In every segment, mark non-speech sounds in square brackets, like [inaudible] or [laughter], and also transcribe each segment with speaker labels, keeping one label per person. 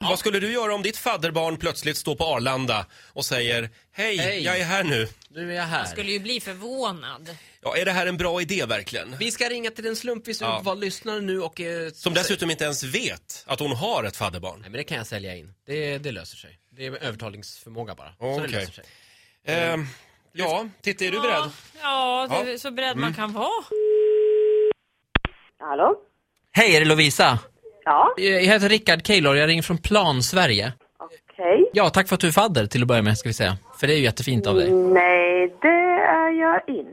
Speaker 1: Vad skulle du göra om ditt fadderbarn plötsligt står på Arlanda och säger Hej,
Speaker 2: Hej.
Speaker 1: jag är här nu.
Speaker 2: Nu är jag här.
Speaker 3: skulle ju bli förvånad.
Speaker 1: Ja, är det här en bra idé verkligen?
Speaker 2: Vi ska ringa till den slumpvis
Speaker 1: Ja.
Speaker 2: utvald lyssnare nu och... eh,
Speaker 1: Som dessutom inte ens vet att hon har ett fadderbarn.
Speaker 2: Nej, men det kan jag sälja in. Det, det löser sig. Det är övertalningsförmåga bara. Så
Speaker 1: Okej.
Speaker 2: det löser sig.
Speaker 1: Ehm, ja, Titti, är du beredd?
Speaker 3: Ja, det är så beredd man kan vara.
Speaker 4: Hallå?
Speaker 2: Hej, är det Lovisa? Eh,
Speaker 4: Ja,
Speaker 2: Jag heter Rickard Keylor, jag ringer från Plan Sverige.
Speaker 4: okej.
Speaker 2: Ja, tack för att du är fadder till att börja med, ska vi säga. För det är ju jättefint av dig.
Speaker 4: Mm. Nej, det är jag inte.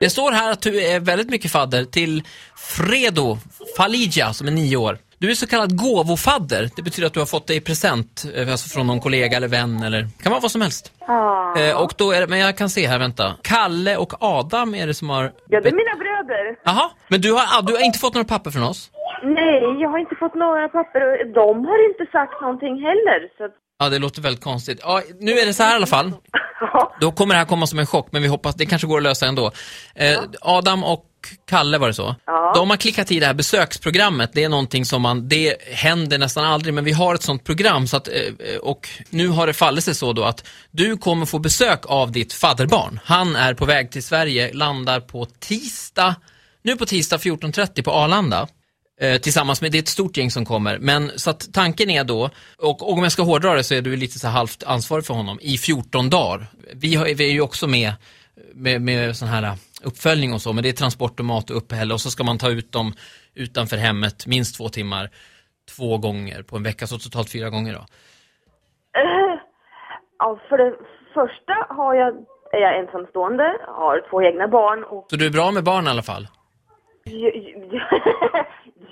Speaker 2: Det står här att du är väldigt mycket fadder till Fredo Falija som är nio år. Du är så kallad gåvofadder. Det betyder att du har fått det i present, eh, alltså från någon kollega eller vän eller, kan vara vad som helst.
Speaker 4: Ah.
Speaker 2: Eh, och då är det, men jag kan se här, vänta. Kalle och Adam är det som har...
Speaker 4: Ja, det är mina bröder.
Speaker 2: Jaha, men du har, ah, du har inte fått några papper från oss?
Speaker 4: Nej, jag har inte fått några papper och de har inte sagt någonting heller. Så att, [laughs]
Speaker 2: Ja, det låter väldigt konstigt. Ja, nu är det så här i alla fall.
Speaker 4: ja,
Speaker 2: Då kommer det här komma som en chock, men vi hoppas det kanske går att lösa ändå. Eh, Adam och Kalle var det så?
Speaker 4: Ja.
Speaker 2: De har klickat i det här besöksprogrammet. Det är någonting som man, det händer nästan aldrig, men vi har ett sånt program så att, eh, eh, och nu har det fallit sig så då att du kommer få besök av ditt fadderbarn. Han är på väg till Sverige, landar på tisdag, nu på tisdag 14.30 på Arlanda. Eh, tillsammans med, det är ett stort gäng som kommer. Men så att tanken är då, och, och om jag ska hårdra det så är du lite så här halvt ansvarig för honom i 14 dagar. Vi, har, vi är ju också med, med, med sån här uppföljning och så, men det är transport och mat och uppehälle och så ska man ta ut dem utanför hemmet minst två timmar, två gånger på en vecka, så totalt fyra gånger då.
Speaker 4: ja, för det första har jag, är jag ensamstående, har två egna barn och... [laughs]
Speaker 2: Så du är bra med barn i alla fall?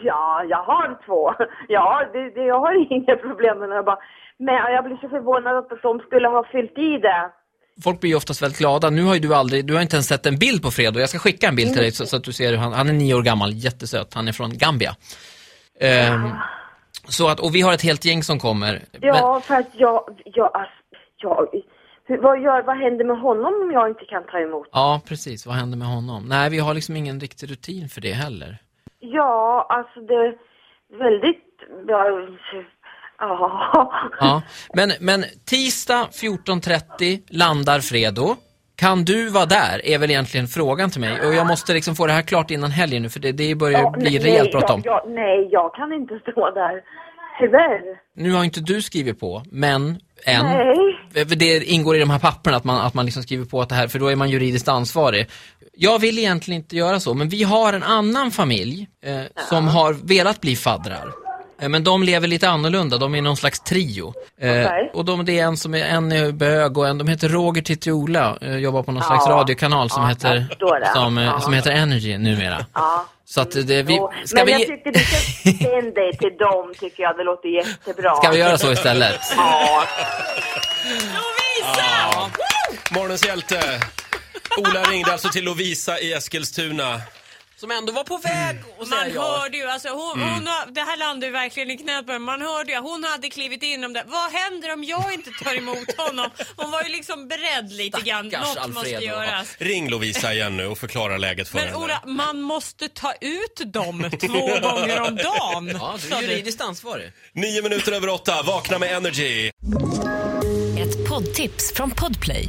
Speaker 4: Ja, jag har två. Ja, det, det, jag har [laughs] inga problem med det. Jag bara, men jag blir så förvånad att de skulle ha fyllt i det.
Speaker 2: Folk blir ju oftast väldigt glada. Nu har ju du aldrig, du har inte ens sett en bild på Fredo. Jag ska skicka en bild
Speaker 4: Mm.
Speaker 2: till dig så, så att du ser hur han, han är nio år gammal, jättesöt. Han är från Gambia. Ehm, så att, och vi har ett helt gäng som kommer.
Speaker 4: Ja, för att jag, jag, ass- jag hur, vad, gör, vad händer med honom om jag inte kan ta emot?
Speaker 2: ja, precis. Vad händer med honom? Nej, vi har liksom ingen riktig rutin för det heller.
Speaker 4: Ja, alltså det är väldigt, [laughs] ja, ja.
Speaker 2: Ja. Men, men tisdag 14.30 landar Fredo. Kan du vara där? Är väl egentligen frågan till mig. Och jag måste liksom få det här klart innan helgen nu för det, det börjar
Speaker 4: Ja,
Speaker 2: bli
Speaker 4: nej,
Speaker 2: rejält bråttom.
Speaker 4: jag- jag- Nej, jag kan inte stå där. Tyvärr.
Speaker 2: Nu har inte du skrivit på, men än.
Speaker 4: Nej.
Speaker 2: Eh, För Det ingår i de här papperna att man, att man liksom skriver på att det här, för då är man juridiskt ansvarig. Jag vill egentligen inte göra så, men vi har en annan familj eh, som har velat bli faddrar. Eh, Men de lever lite annorlunda, de är någon slags trio. Eh,
Speaker 4: Okej.
Speaker 2: Och de, det är en som är, en är bög och en, de heter Roger Titriola, eh, jobbar på någon
Speaker 4: Ja.
Speaker 2: slags radiokanal som
Speaker 4: Ja,
Speaker 2: heter,
Speaker 4: jag förstår det.
Speaker 2: som, eh,
Speaker 4: Ja.
Speaker 2: som heter Energy numera.
Speaker 4: Ja.
Speaker 2: Så att eh, det, vi,
Speaker 4: Jo,
Speaker 2: ska
Speaker 4: Men
Speaker 2: vi,
Speaker 4: jag tycker du
Speaker 2: [laughs]
Speaker 4: ska vända dig till dem, tycker jag. Det låter jättebra.
Speaker 2: ska vi göra så istället?
Speaker 4: Ja,
Speaker 1: Morgonens hjälte. Ola ringde alltså till Lovisa i Eskilstuna.
Speaker 2: Som ändå var på väg och Mm.
Speaker 3: Man hörde ju, alltså hon, hon har, det här landar ju verkligen i knät på henne. Man hörde ju, hon hade klivit in om det. Vad händer om jag inte tar emot honom? Hon var ju liksom beredd lite grann. Något
Speaker 2: Stackars
Speaker 3: måste
Speaker 2: Alfredo.
Speaker 3: göras.
Speaker 1: Ring Lovisa igen nu och förklara läget för
Speaker 3: Men
Speaker 1: henne.
Speaker 3: Ola, man måste ta ut dem
Speaker 2: [laughs]
Speaker 3: två gånger om dagen.
Speaker 2: Ja, du
Speaker 3: sa
Speaker 2: är
Speaker 3: du.
Speaker 2: juridiskt ansvarig.
Speaker 1: Nio minuter över åtta, vakna med Energy.
Speaker 5: Ett poddtips från Podplay.